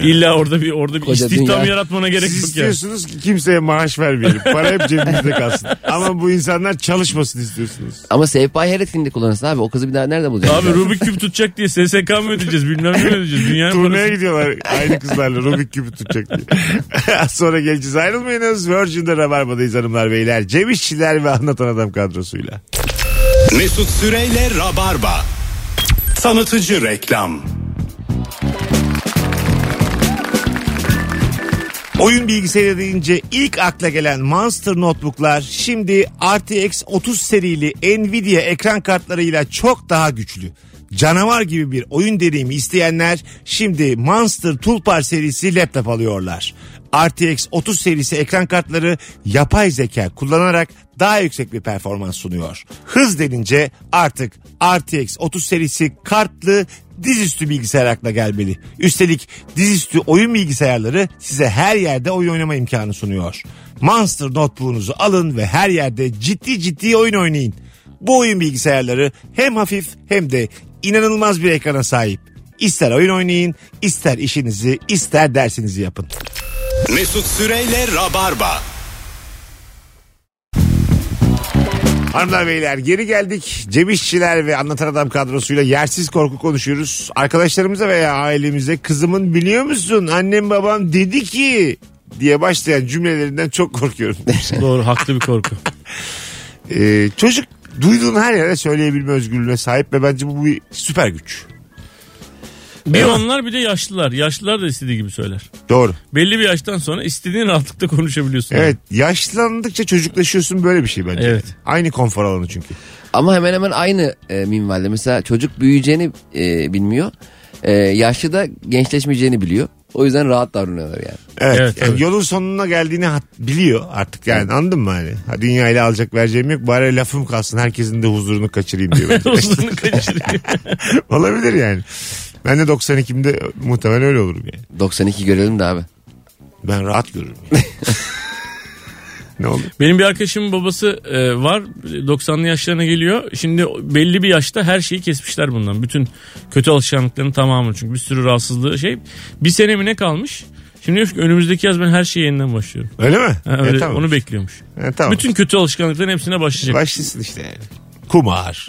[SPEAKER 4] İlla orada bir orada bir
[SPEAKER 3] Koca
[SPEAKER 4] istihdam
[SPEAKER 3] dünya.
[SPEAKER 4] yaratmana gerek
[SPEAKER 2] Siz
[SPEAKER 4] yok yani.
[SPEAKER 2] istiyorsunuz ki kimseye maaş vermeyelim. Para hep cebimizde kalsın. Ama bu insanlar çalışmasın istiyorsunuz.
[SPEAKER 3] Ama sehpayı her etkinlikte kullanırsın abi. O kızı bir daha nerede bulacaksın?
[SPEAKER 4] Abi Rubik küp tutacak diye SSK mı ödeyeceğiz bilmem ne mi ödeyeceğiz. Dünyanın
[SPEAKER 2] Turneye
[SPEAKER 4] parası.
[SPEAKER 2] gidiyorlar aynı kızlarla Rubik küpü tutacak diye. Az Sonra geleceğiz ayrılmayınız. Virgin'de Rabarba'dayız hanımlar beyler. Cem İşçiler ve Anlatan Adam kadrosuyla.
[SPEAKER 1] Mesut Süreyle Rabarba. Tanıtıcı reklam.
[SPEAKER 2] Oyun bilgisayarı deyince ilk akla gelen Monster Notebook'lar şimdi RTX 30 serili Nvidia ekran kartlarıyla çok daha güçlü. Canavar gibi bir oyun deneyimi isteyenler şimdi Monster Toolbar serisi laptop alıyorlar. RTX 30 serisi ekran kartları yapay zeka kullanarak daha yüksek bir performans sunuyor. Hız denince artık RTX 30 serisi kartlı dizüstü bilgisayar aklına gelmeli. Üstelik dizüstü oyun bilgisayarları size her yerde oyun oynama imkanı sunuyor. Monster notebook'unuzu alın ve her yerde ciddi ciddi oyun oynayın. Bu oyun bilgisayarları hem hafif hem de inanılmaz bir ekrana sahip. İster oyun oynayın, ister işinizi, ister dersinizi yapın.
[SPEAKER 1] Mesut Süreyle Rabarba.
[SPEAKER 2] Hanımlar beyler geri geldik. Cem İşçiler ve Anlatan Adam kadrosuyla yersiz korku konuşuyoruz. Arkadaşlarımıza veya ailemize kızımın biliyor musun annem babam dedi ki diye başlayan cümlelerinden çok korkuyorum.
[SPEAKER 4] Doğru haklı bir korku.
[SPEAKER 2] Ee, çocuk duyduğun her yere söyleyebilme özgürlüğüne sahip ve bence bu bir süper güç.
[SPEAKER 4] Bir onlar bir de yaşlılar. Yaşlılar da istediği gibi söyler.
[SPEAKER 2] Doğru.
[SPEAKER 4] Belli bir yaştan sonra istediğin rahatlıkta konuşabiliyorsun.
[SPEAKER 2] Evet yaşlandıkça çocuklaşıyorsun böyle bir şey bence.
[SPEAKER 4] Evet.
[SPEAKER 2] Aynı konfor alanı çünkü.
[SPEAKER 3] Ama hemen hemen aynı e, minvalde. Mesela çocuk büyüyeceğini e, bilmiyor. E, yaşlı da gençleşmeyeceğini biliyor. O yüzden rahat davranıyorlar yani.
[SPEAKER 2] Evet.
[SPEAKER 4] Evet,
[SPEAKER 2] yani
[SPEAKER 4] evet.
[SPEAKER 2] Yolun sonuna geldiğini hat- biliyor artık yani anladın mı hani? Ha, Dünyayla alacak vereceğim yok bari lafım kalsın herkesin de huzurunu kaçırayım diyor. bence.
[SPEAKER 4] Dostunu kaçırıyor.
[SPEAKER 2] Olabilir yani. Ben de 92'imde muhtemelen öyle olurum yani.
[SPEAKER 3] 92 görelim de abi.
[SPEAKER 2] Ben rahat görürüm yani. ne olur?
[SPEAKER 4] Benim bir arkadaşımın babası e, var 90'lı yaşlarına geliyor. Şimdi belli bir yaşta her şeyi kesmişler bundan. Bütün kötü alışkanlıkların tamamını çünkü bir sürü rahatsızlığı şey. Bir sene mi ne kalmış? Şimdi diyor ki, önümüzdeki yaz ben her şeye yeniden başlıyorum.
[SPEAKER 2] Öyle mi?
[SPEAKER 4] Ha, öyle,
[SPEAKER 2] E, tamam.
[SPEAKER 4] Onu bekliyormuş.
[SPEAKER 2] E, tamam.
[SPEAKER 4] Bütün kötü alışkanlıkların hepsine başlayacak.
[SPEAKER 2] Başlasın işte yani. Kumar,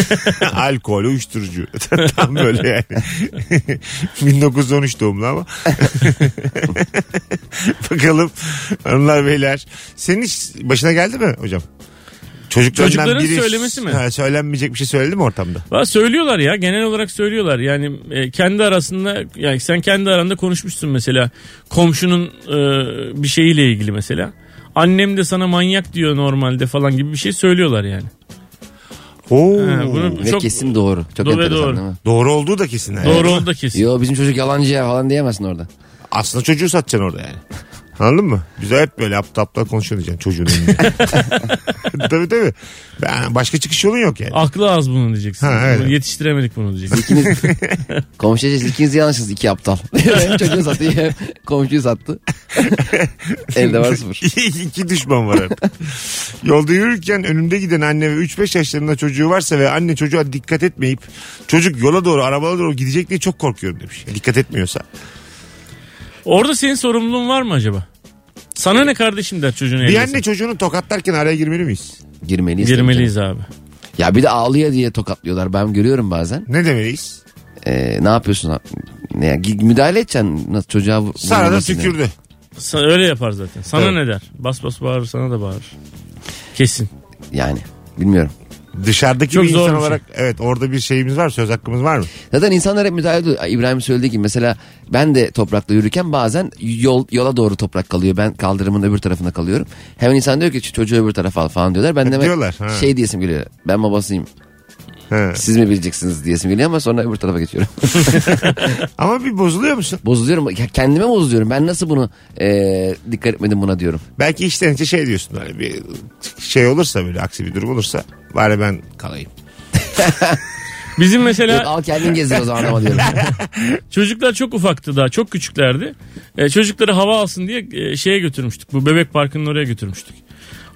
[SPEAKER 2] alkol, uyuşturucu. Tam böyle yani. 1913 doğumlu ama. Bakalım hanımlar beyler. Senin hiç başına geldi mi hocam? Çocuklarından
[SPEAKER 4] Çocukların
[SPEAKER 2] biri
[SPEAKER 4] söylemesi mi?
[SPEAKER 2] Ha, söylenmeyecek bir şey söyledi mi ortamda?
[SPEAKER 4] Valla söylüyorlar ya genel olarak söylüyorlar yani e, kendi arasında yani sen kendi aranda konuşmuşsun mesela komşunun e, bir şeyiyle ilgili mesela annem de sana manyak diyor normalde falan gibi bir şey söylüyorlar yani.
[SPEAKER 2] Oo.
[SPEAKER 4] Ha, bunu
[SPEAKER 3] Ve
[SPEAKER 4] çok
[SPEAKER 3] kesin doğru. Çok
[SPEAKER 4] Doğru,
[SPEAKER 3] enteresan
[SPEAKER 4] doğru.
[SPEAKER 3] değil mi?
[SPEAKER 2] Doğru olduğu da kesin. yani.
[SPEAKER 4] doğru oldu da kesin.
[SPEAKER 3] Yo bizim çocuk yalancı ya falan diyemezsin orada.
[SPEAKER 2] Aslında çocuğu satacaksın orada yani. Anladın mı? Bize hep böyle aptapla konuşamayacaksın çocuğun önünde. tabii tabii. Ben- başka çıkış yolun yok yani.
[SPEAKER 4] Aklı az bunun diyeceksin.
[SPEAKER 2] Ha, öyle.
[SPEAKER 4] Bunu yetiştiremedik bunu diyeceksin.
[SPEAKER 3] Komşuya ikiniz yanlışsınız iki aptal. Çocuğu sattı. Komşuyu sattı. Elde var sıfır.
[SPEAKER 2] İki düşman var artık. Yolda yürürken önümde giden anne ve 3-5 yaşlarında çocuğu varsa ve anne çocuğa dikkat etmeyip çocuk yola doğru arabalara doğru gidecek diye çok korkuyorum demiş. Dikkat etmiyorsa.
[SPEAKER 4] Orada senin sorumluluğun var mı acaba? Sana ne kardeşim der çocuğun
[SPEAKER 2] Bir
[SPEAKER 4] eline.
[SPEAKER 2] anne çocuğunu tokatlarken araya girmeli miyiz?
[SPEAKER 3] Girmeliyiz. tabii
[SPEAKER 4] Girmeliyiz abi.
[SPEAKER 3] canım. Ya bir de ağlıyor diye tokatlıyorlar. Ben görüyorum bazen.
[SPEAKER 2] Ne demeliyiz?
[SPEAKER 3] Ee, ne yapıyorsun? abi? Ne, ya, gi- müdahale edeceksin nasıl çocuğa vur-
[SPEAKER 2] Sana da
[SPEAKER 3] vurulmasın yani.
[SPEAKER 2] tükürdü.
[SPEAKER 4] Sa- öyle yapar zaten. Sana
[SPEAKER 2] Evet.
[SPEAKER 4] ne der? Bas bas bağırır sana da bağırır. Kesin.
[SPEAKER 3] Yani bilmiyorum.
[SPEAKER 2] Dışarıdaki
[SPEAKER 4] Çok
[SPEAKER 2] bir
[SPEAKER 4] zor
[SPEAKER 2] insan
[SPEAKER 4] bir şey.
[SPEAKER 2] olarak evet orada bir şeyimiz var söz hakkımız var mı?
[SPEAKER 3] Zaten insanlar hep müdahale ediyor. İbrahim söylediği gibi mesela ben de toprakta yürürken bazen yol yola doğru toprak kalıyor. Ben kaldırımın öbür tarafında kalıyorum. Hemen insan diyor ki "Şu çocuğu öbür tarafa al falan diyorlar. Ben de hemen
[SPEAKER 2] diyorlar, ha.
[SPEAKER 3] şey diyesim geliyor. Ben babasıyım.
[SPEAKER 2] He.
[SPEAKER 3] Siz mi bileceksiniz diyesim geliyor ama sonra öbür tarafa geçiyorum.
[SPEAKER 2] Ama bir bozuluyor musun?
[SPEAKER 3] bozuluyorum. Ya kendime bozuluyorum. Ben nasıl bunu eee, dikkat etmedim buna diyorum.
[SPEAKER 2] Belki işten içe şey diyorsun hani bir şey olursa böyle aksi bir durum olursa bari ben kalayım.
[SPEAKER 4] Bizim
[SPEAKER 3] Yok,
[SPEAKER 4] mesela
[SPEAKER 3] al kendin gezdir o zaman ama diyorum.
[SPEAKER 4] çocuklar çok ufaktı daha çok küçüklerdi. E, çocukları hava alsın diye e, şeye götürmüştük. Bu bebek parkının oraya götürmüştük.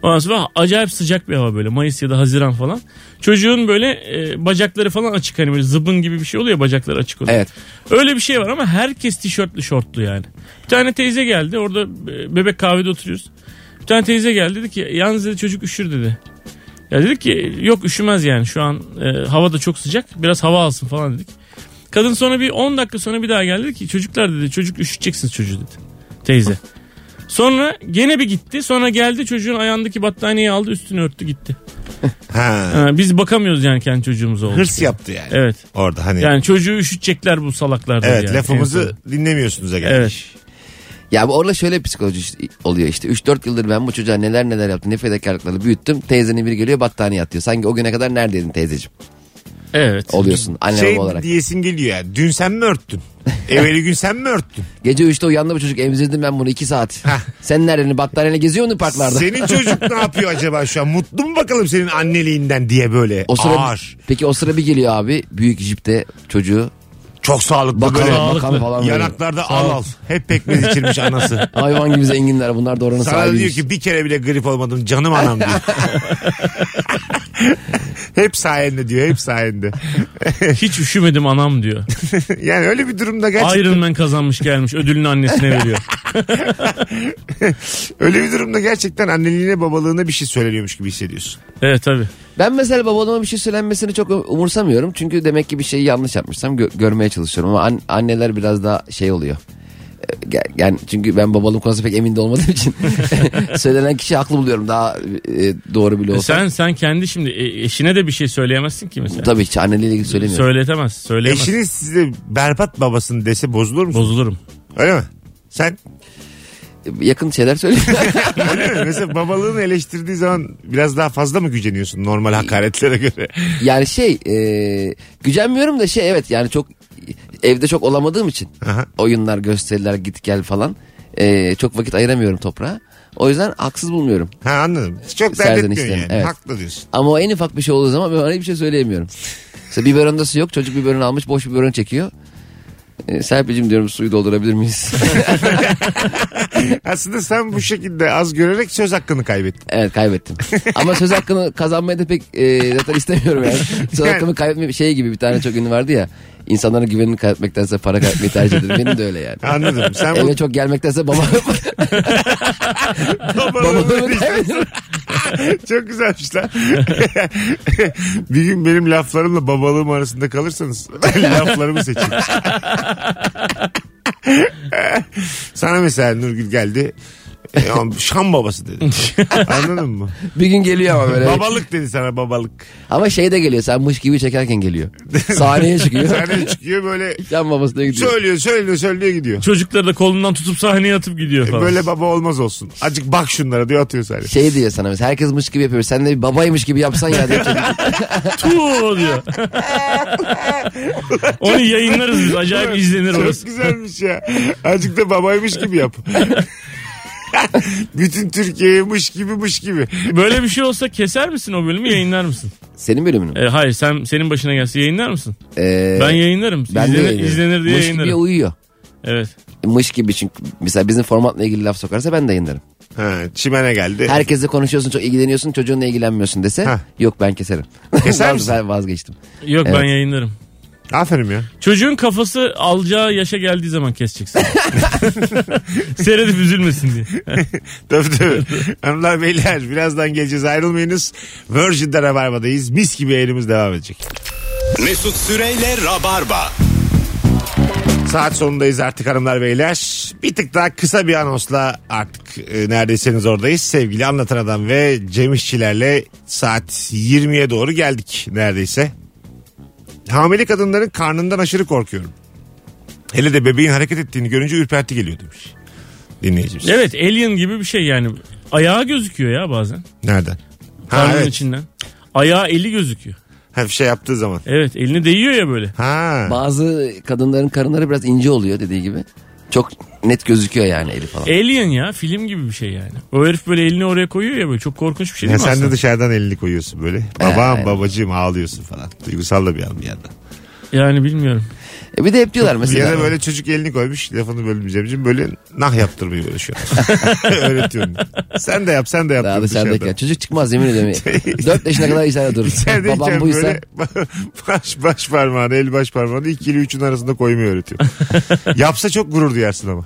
[SPEAKER 4] Ondan sonra acayip sıcak bir hava böyle Mayıs ya da Haziran falan. Çocuğun böyle e, bacakları falan açık hani böyle zıbın gibi bir şey oluyor ya, bacakları açık oluyor.
[SPEAKER 3] Evet.
[SPEAKER 4] Öyle bir şey var ama herkes tişörtlü şortlu yani. Bir tane teyze geldi orada e, bebek kahvede oturuyoruz. Bir tane teyze geldi dedi ki yalnız dedi, çocuk üşür dedi. Ya dedik ki yok üşümez yani şu an e, hava da çok sıcak biraz hava alsın falan dedik. Kadın sonra bir 10 dakika sonra bir daha geldi dedi ki çocuklar dedi çocuk üşüteceksiniz çocuğu dedi teyze. Sonra gene bir gitti sonra geldi çocuğun ayağındaki battaniyeyi aldı üstünü örttü gitti.
[SPEAKER 2] Ha.
[SPEAKER 4] Ha, biz bakamıyoruz yani kendi çocuğumuza. oldu.
[SPEAKER 2] Hırs yaptı yani.
[SPEAKER 4] Evet.
[SPEAKER 2] Orada hani.
[SPEAKER 4] Yani çocuğu üşütecekler bu salaklar. dedi
[SPEAKER 2] evet
[SPEAKER 4] yani.
[SPEAKER 2] lafımızı dinlemiyorsunuz. Ege.
[SPEAKER 4] Evet.
[SPEAKER 3] Ya bu orada şöyle psikoloji işte- oluyor işte. 3-4 yıldır ben bu çocuğa neler neler yaptım. Ne fedakarlıkları büyüttüm. Teyzenin biri geliyor battaniye atıyor. Sanki o güne kadar neredeydin teyzeciğim?
[SPEAKER 4] Evet.
[SPEAKER 3] Oluyorsun anne
[SPEAKER 2] Şey
[SPEAKER 3] baba olarak.
[SPEAKER 2] diyesin geliyor ya. Dün sen mi örttün? Evveli gün sen mi örttün?
[SPEAKER 3] Gece 3'te uyandı bu çocuk emzirdim ben bunu 2 saat. Sen neredeydin battaniyeyle geziyor musun parklarda?
[SPEAKER 2] Senin çocuk ne yapıyor acaba şu an? Mutlu mu bakalım senin anneliğinden diye böyle
[SPEAKER 3] O sıra
[SPEAKER 2] ağır.
[SPEAKER 3] Peki o sıra bir geliyor abi büyük jipte çocuğu
[SPEAKER 2] Çok sağlıklı
[SPEAKER 3] bakan
[SPEAKER 2] böyle.
[SPEAKER 4] Sağlıklı.
[SPEAKER 3] bakan falan böyle.
[SPEAKER 2] Yanaklarda al al. Hep pekmez içirmiş anası.
[SPEAKER 3] Hayvan gibi zenginler bunlar da oranın
[SPEAKER 2] Sana da diyor
[SPEAKER 3] sahibi.
[SPEAKER 2] ki bir kere bile grip olmadım canım anam diyor. hep sayende diyor hep sayende.
[SPEAKER 4] Hiç üşümedim anam diyor.
[SPEAKER 2] yani öyle bir durumda gerçekten
[SPEAKER 4] Iron Man kazanmış gelmiş ödülünü annesine veriyor.
[SPEAKER 2] öyle bir durumda gerçekten anneliğine babalığına bir şey söyleniyormuş gibi hissediyorsun.
[SPEAKER 4] Evet tabi.
[SPEAKER 3] Ben mesela babama bir şey söylenmesini çok umursamıyorum. Çünkü demek ki bir şeyi yanlış yapmışsam gö- görmeye çalışıyorum. Ama an- anneler biraz daha şey oluyor. Ee, ge- Yani çünkü ben babalığım konusunda pek emin de olmadığım için söylenen kişi haklı buluyorum daha e, doğru bile olsa.
[SPEAKER 4] Sen sen kendi şimdi e, eşine de bir şey söyleyemezsin ki mesela.
[SPEAKER 3] Tabii ki anneliğe ilgili söylemiyorum.
[SPEAKER 4] Söyletemez. Söyleyemez.
[SPEAKER 2] Eşiniz size berbat babasını dese bozulur musun?
[SPEAKER 4] Bozulurum.
[SPEAKER 2] Öyle mi? Sen
[SPEAKER 3] Yakın şeyler söylüyorum.
[SPEAKER 2] öyle mi? Mesela babalığını eleştirdiği zaman biraz daha fazla mı güceniyorsun normal hakaretlere göre?
[SPEAKER 3] yani şey e, gücenmiyorum da şey evet yani çok evde çok olamadığım için
[SPEAKER 2] Aha.
[SPEAKER 3] oyunlar gösteriler git gel falan e, çok vakit ayıramıyorum toprağa. O yüzden haksız bulmuyorum.
[SPEAKER 2] Ha anladım. Çok dert
[SPEAKER 3] Serzenişlerin,
[SPEAKER 2] etmiyorsun yani.
[SPEAKER 3] evet.
[SPEAKER 2] Haklı diyorsun.
[SPEAKER 3] Ama o en ufak bir şey olduğu zaman ben ona hiçbir şey söyleyemiyorum. Mesela biberonda su yok. Çocuk biberon almış boş biberon çekiyor. Ee, Serpil'cim diyorum suyu doldurabilir miyiz?
[SPEAKER 2] Aslında sen bu şekilde az görerek söz hakkını kaybettin.
[SPEAKER 3] evet kaybettim. Ama söz hakkını kazanmayı da pek e, zaten istemiyorum yani. Söz
[SPEAKER 2] Yani-
[SPEAKER 3] hakkımı kaybetme şey gibi bir tane çok ünlü vardı ya. İnsanların güvenini kaybetmektense para kaybetmeyi tercih ederim. Benim de öyle yani.
[SPEAKER 2] Anladım. Sen bu
[SPEAKER 3] Eve çok gelmektense baba
[SPEAKER 2] babalığını
[SPEAKER 3] babamı kaybederim.
[SPEAKER 2] Çok güzelmiş lan. bir gün benim laflarımla babalığım arasında kalırsanız laflarımı seçin. Sana mesela Nurgül geldi. E, Şam babası dedi. Anladın mı?
[SPEAKER 3] Bir gün geliyor ama böyle.
[SPEAKER 2] Babalık dedi sana babalık.
[SPEAKER 3] Ama şey de geliyor. Sen mış gibi çekerken geliyor. Sahneye çıkıyor.
[SPEAKER 2] Sana çıkıyor böyle
[SPEAKER 3] Can babasına gidiyor.
[SPEAKER 2] söylüyor söylüyor söylüyor gidiyor.
[SPEAKER 4] Çocukları da kolundan tutup sahneye atıp gidiyor falan.
[SPEAKER 2] Böyle baba olmaz olsun. Acık bak şunlara diyor atıyor sadece.
[SPEAKER 3] Şey diyor sana mesela herkes mış gibi yapıyor. Sen de bir babaymış gibi yapsan ya diyor.
[SPEAKER 4] Tuu diyor. Onu yayınlarız biz. Acayip izlenir
[SPEAKER 2] Çok
[SPEAKER 4] orası.
[SPEAKER 2] güzelmiş ya. Azıcık da babaymış gibi yap. Bütün Türkiye'ye mış gibi mış gibi.
[SPEAKER 4] Böyle bir şey olsa keser misin o bölümü yayınlar mısın?
[SPEAKER 3] Senin bölümün mü?
[SPEAKER 4] E, hayır sen senin başına gelse yayınlar mısın?
[SPEAKER 3] Ee,
[SPEAKER 4] Ben yayınlarım.
[SPEAKER 3] ben de
[SPEAKER 4] izlenir,
[SPEAKER 3] yayınlıyorum.
[SPEAKER 4] izlenir diye
[SPEAKER 3] Mış gibi
[SPEAKER 4] yayınlarım.
[SPEAKER 3] uyuyor.
[SPEAKER 4] Evet.
[SPEAKER 3] Mış gibi çünkü mesela bizim formatla ilgili laf sokarsa ben de yayınlarım.
[SPEAKER 2] Ha, çimene geldi.
[SPEAKER 3] Herkesle konuşuyorsun çok ilgileniyorsun çocuğunla ilgilenmiyorsun dese
[SPEAKER 2] Heh.
[SPEAKER 3] yok ben keserim.
[SPEAKER 2] Keser
[SPEAKER 3] Ben-
[SPEAKER 2] misin?
[SPEAKER 3] Ben vazgeçtim.
[SPEAKER 4] Yok ben yayınlarım.
[SPEAKER 2] Aferin ya.
[SPEAKER 4] Çocuğun kafası alacağı yaşa geldiği zaman keseceksin. Seyredip üzülmesin diye.
[SPEAKER 2] Tabii tabii. Hanımlar beyler birazdan geleceğiz ayrılmayınız. Virgin'de Rabarba'dayız. Mis gibi yayınımız devam edecek.
[SPEAKER 1] Mesut Süreyle Rabarba.
[SPEAKER 2] Saat sonundayız artık hanımlar beyler. Bir tık daha kısa bir anonsla artık e, neredeyseniz oradayız. Sevgili Anlatan Adam ve Cem İşçilerle saat 20'ye doğru geldik neredeyse. Hamile kadınların karnından aşırı korkuyorum. Hele de bebeğin hareket ettiğini görünce ürperti geliyor demiş. Dinleyicimiz.
[SPEAKER 4] Evet alien gibi bir şey yani. Ayağı gözüküyor ya bazen.
[SPEAKER 2] Nereden? Ha,
[SPEAKER 4] Karnının
[SPEAKER 2] evet.
[SPEAKER 4] içinden. Ayağı eli gözüküyor.
[SPEAKER 2] Ha, bir şey yaptığı zaman.
[SPEAKER 4] Evet elini değiyor ya böyle.
[SPEAKER 2] Ha.
[SPEAKER 3] Bazı kadınların karınları biraz ince oluyor dediği gibi. Çok net gözüküyor yani eli falan.
[SPEAKER 4] Alien ya film gibi bir şey yani. O herif böyle elini oraya koyuyor ya böyle çok korkunç bir şey
[SPEAKER 2] Ya
[SPEAKER 4] değil mi
[SPEAKER 2] sen de
[SPEAKER 4] aslında?
[SPEAKER 2] dışarıdan elini koyuyorsun böyle. Babam babacığım ağlıyorsun falan. Duygusal da bir an bir yandan.
[SPEAKER 4] Yani bilmiyorum.
[SPEAKER 3] E bir de hep diyorlar mesela.
[SPEAKER 2] Ya da böyle çocuk elini koymuş lafını bölmeyeceğim için böyle nah yaptırmayı uğraşıyor. Öğretiyorsun. Sen de yap sen de
[SPEAKER 3] Daha
[SPEAKER 2] yaptır
[SPEAKER 3] dışarıdaki.
[SPEAKER 2] dışarıda.
[SPEAKER 3] Çocuk çıkmaz yemin ederim. 4 yaşına kadar içeride durur. Babam
[SPEAKER 2] İçerideyken
[SPEAKER 3] buysa
[SPEAKER 2] Şey. böyle baş, baş parmağını el baş parmağını iki ile üçün arasında koymayı öğretiyor. Yapsa çok gurur duyarsın ama.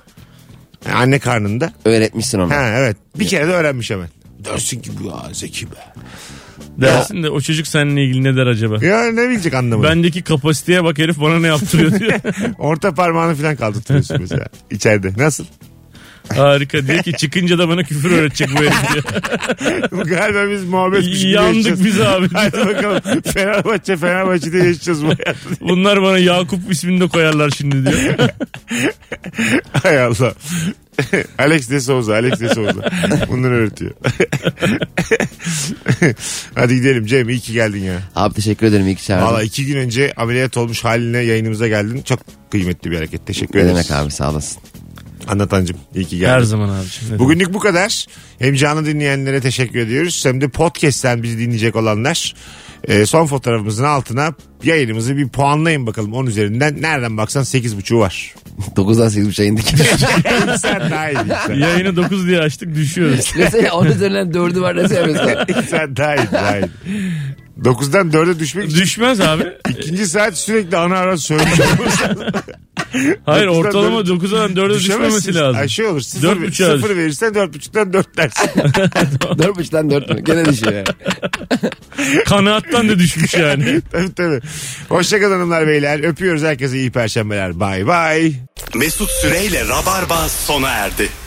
[SPEAKER 2] Yani Anne karnında.
[SPEAKER 3] öğretmişsin ona.
[SPEAKER 2] Ha evet. Bir kere de öğrenmiş hemen. Dersin ki bu ya zeki be.
[SPEAKER 4] Dersin de o çocuk seninle ilgili ne der acaba?
[SPEAKER 2] Ya ne bilecek anlamını.
[SPEAKER 4] Bendeki kapasiteye bak herif bana ne yaptırıyor diyor.
[SPEAKER 2] Orta parmağını falan kaldırtıyorsun mesela. İçeride. Nasıl?
[SPEAKER 4] Harika diyor ki çıkınca da bana küfür öğretecek bu herif diyor.
[SPEAKER 2] Galiba biz muhabbet bir şey
[SPEAKER 4] Yandık
[SPEAKER 2] yaşayacağız.
[SPEAKER 4] biz abi.
[SPEAKER 2] Hadi bakalım Fenerbahçe Fenerbahçe'de yaşayacağız bu hayatı.
[SPEAKER 4] Bunlar bana Yakup ismini de koyarlar şimdi diyor.
[SPEAKER 2] Hay Allah. Alex de Souza, Alex de Souza. Bunları öğretiyor. Hadi gidelim Cem iyi ki geldin ya.
[SPEAKER 3] Abi teşekkür ederim iyi ki çağırdın.
[SPEAKER 2] Valla iki gün önce ameliyat olmuş haline yayınımıza geldin. Çok kıymetli bir hareket. Teşekkür
[SPEAKER 3] ne
[SPEAKER 2] ederiz.
[SPEAKER 3] demek abi sağ olasın.
[SPEAKER 2] Anlatancım iyi ki
[SPEAKER 4] Her
[SPEAKER 2] geldin.
[SPEAKER 4] zaman abi.
[SPEAKER 2] Bugünlük bu kadar. Hem canlı dinleyenlere teşekkür ediyoruz. Hem de podcast'ten bizi dinleyecek olanlar e, son fotoğrafımızın altına yayınımızı bir puanlayın bakalım 10 üzerinden. Nereden baksan 8.5'u var.
[SPEAKER 3] 9'dan 8 buçuğa indik.
[SPEAKER 2] Sen daha iyi. Sen,
[SPEAKER 4] Yayını 9 diye açtık düşüyoruz.
[SPEAKER 3] mesela 10 üzerinden 4'ü var nasıl yapıyorsun?
[SPEAKER 2] sen daha iyi. Daha iyi. 9'dan 4'e düşmek için
[SPEAKER 4] Düşmez abi.
[SPEAKER 2] ikinci saat sürekli ana ara söylemiş olmamız lazım.
[SPEAKER 4] Hayır
[SPEAKER 2] Dokuzdan
[SPEAKER 4] ortalama
[SPEAKER 2] dört-
[SPEAKER 4] 9'dan 4'e düşmemesi
[SPEAKER 2] Düşemezsiniz.
[SPEAKER 4] lazım.
[SPEAKER 2] Ay şey olur
[SPEAKER 4] Dört
[SPEAKER 2] 0,
[SPEAKER 4] buçuğa-
[SPEAKER 2] 0 verirsen 4.5'dan 4 dersin.
[SPEAKER 3] 4 buçuktan 4 mü? Gene düşüyor yani.
[SPEAKER 4] Kanaattan da düşmüş yani.
[SPEAKER 2] tabii tabii. Hoşçakalın hanımlar beyler. Öpüyoruz herkese iyi perşembeler. Bay bay.
[SPEAKER 1] Mesut Süreyle Rabarba sona erdi.